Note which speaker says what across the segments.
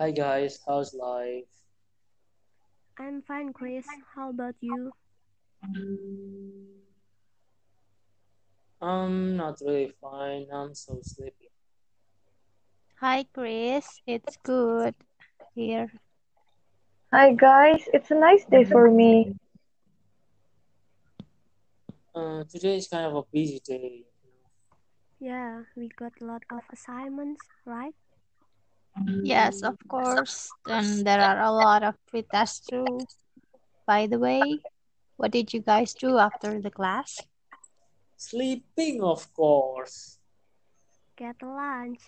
Speaker 1: Hi guys, how's life?
Speaker 2: I'm fine, Chris. How about you?
Speaker 1: I'm Um, not really fine. I'm so sleepy.
Speaker 3: Hi, Chris. It's good here.
Speaker 4: Hi guys, it's a nice day for me.
Speaker 1: Uh, today is kind of a busy day.
Speaker 2: Yeah, we got a lot of assignments, right?
Speaker 3: Yes, of course. And there are a lot of free tests too. By the way, what did you guys do after the class?
Speaker 1: Sleeping, of course.
Speaker 2: Get lunch.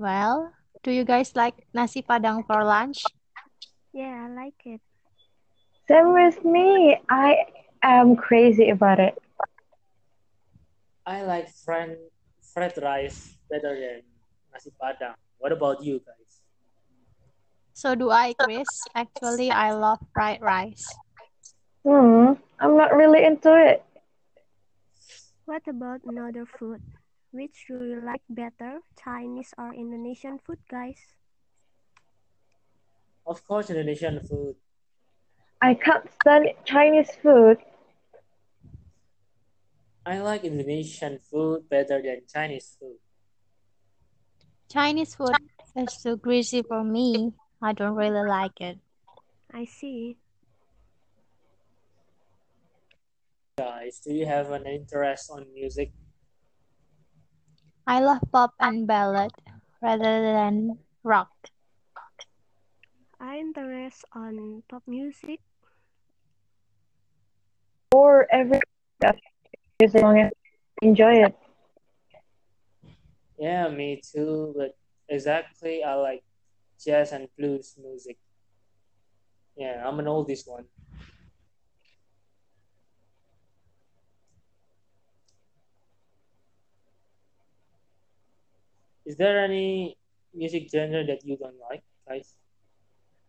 Speaker 3: Well, do you guys like nasi padang for lunch?
Speaker 2: Yeah, I like it.
Speaker 4: Same with me. I am crazy about it.
Speaker 1: I like friend, fried rice better than nasi padang. What about you guys?
Speaker 3: So do I, Chris. Actually, I love fried rice.
Speaker 4: Hmm, I'm not really into it.
Speaker 2: What about another food? Which do you like better, Chinese or Indonesian food, guys?
Speaker 1: Of course, Indonesian food.
Speaker 4: I can't stand Chinese food.
Speaker 1: I like Indonesian food better than Chinese food.
Speaker 3: Chinese food is too greasy for me. I don't really like it.
Speaker 2: I see.
Speaker 1: Guys, do you have an interest on music?
Speaker 3: I love pop and ballad rather than rock.
Speaker 2: I interest on pop music.
Speaker 4: Or every as long as I enjoy it.
Speaker 1: Yeah, me too. But exactly, I like jazz and blues music. Yeah, I'm an oldies one. Is there any music genre that you don't like, guys?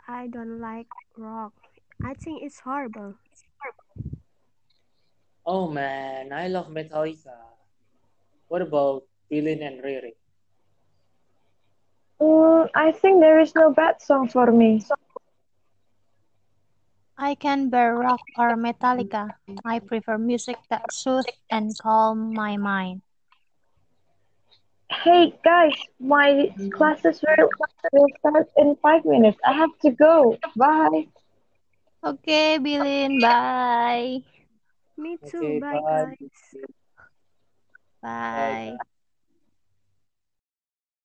Speaker 2: I don't like rock. I think it's horrible.
Speaker 1: Oh man, I love Metallica. What about Billin and Riri?
Speaker 4: Mm, I think there is no bad song for me.
Speaker 3: I can bear rock or Metallica. I prefer music that soothes and calm my mind.
Speaker 4: Hey guys, my classes will, will start in five minutes. I have to go. Bye.
Speaker 3: Okay, Bilin, bye.
Speaker 2: Me too.
Speaker 1: Okay,
Speaker 2: bye,
Speaker 1: bye.
Speaker 2: guys.
Speaker 3: Bye.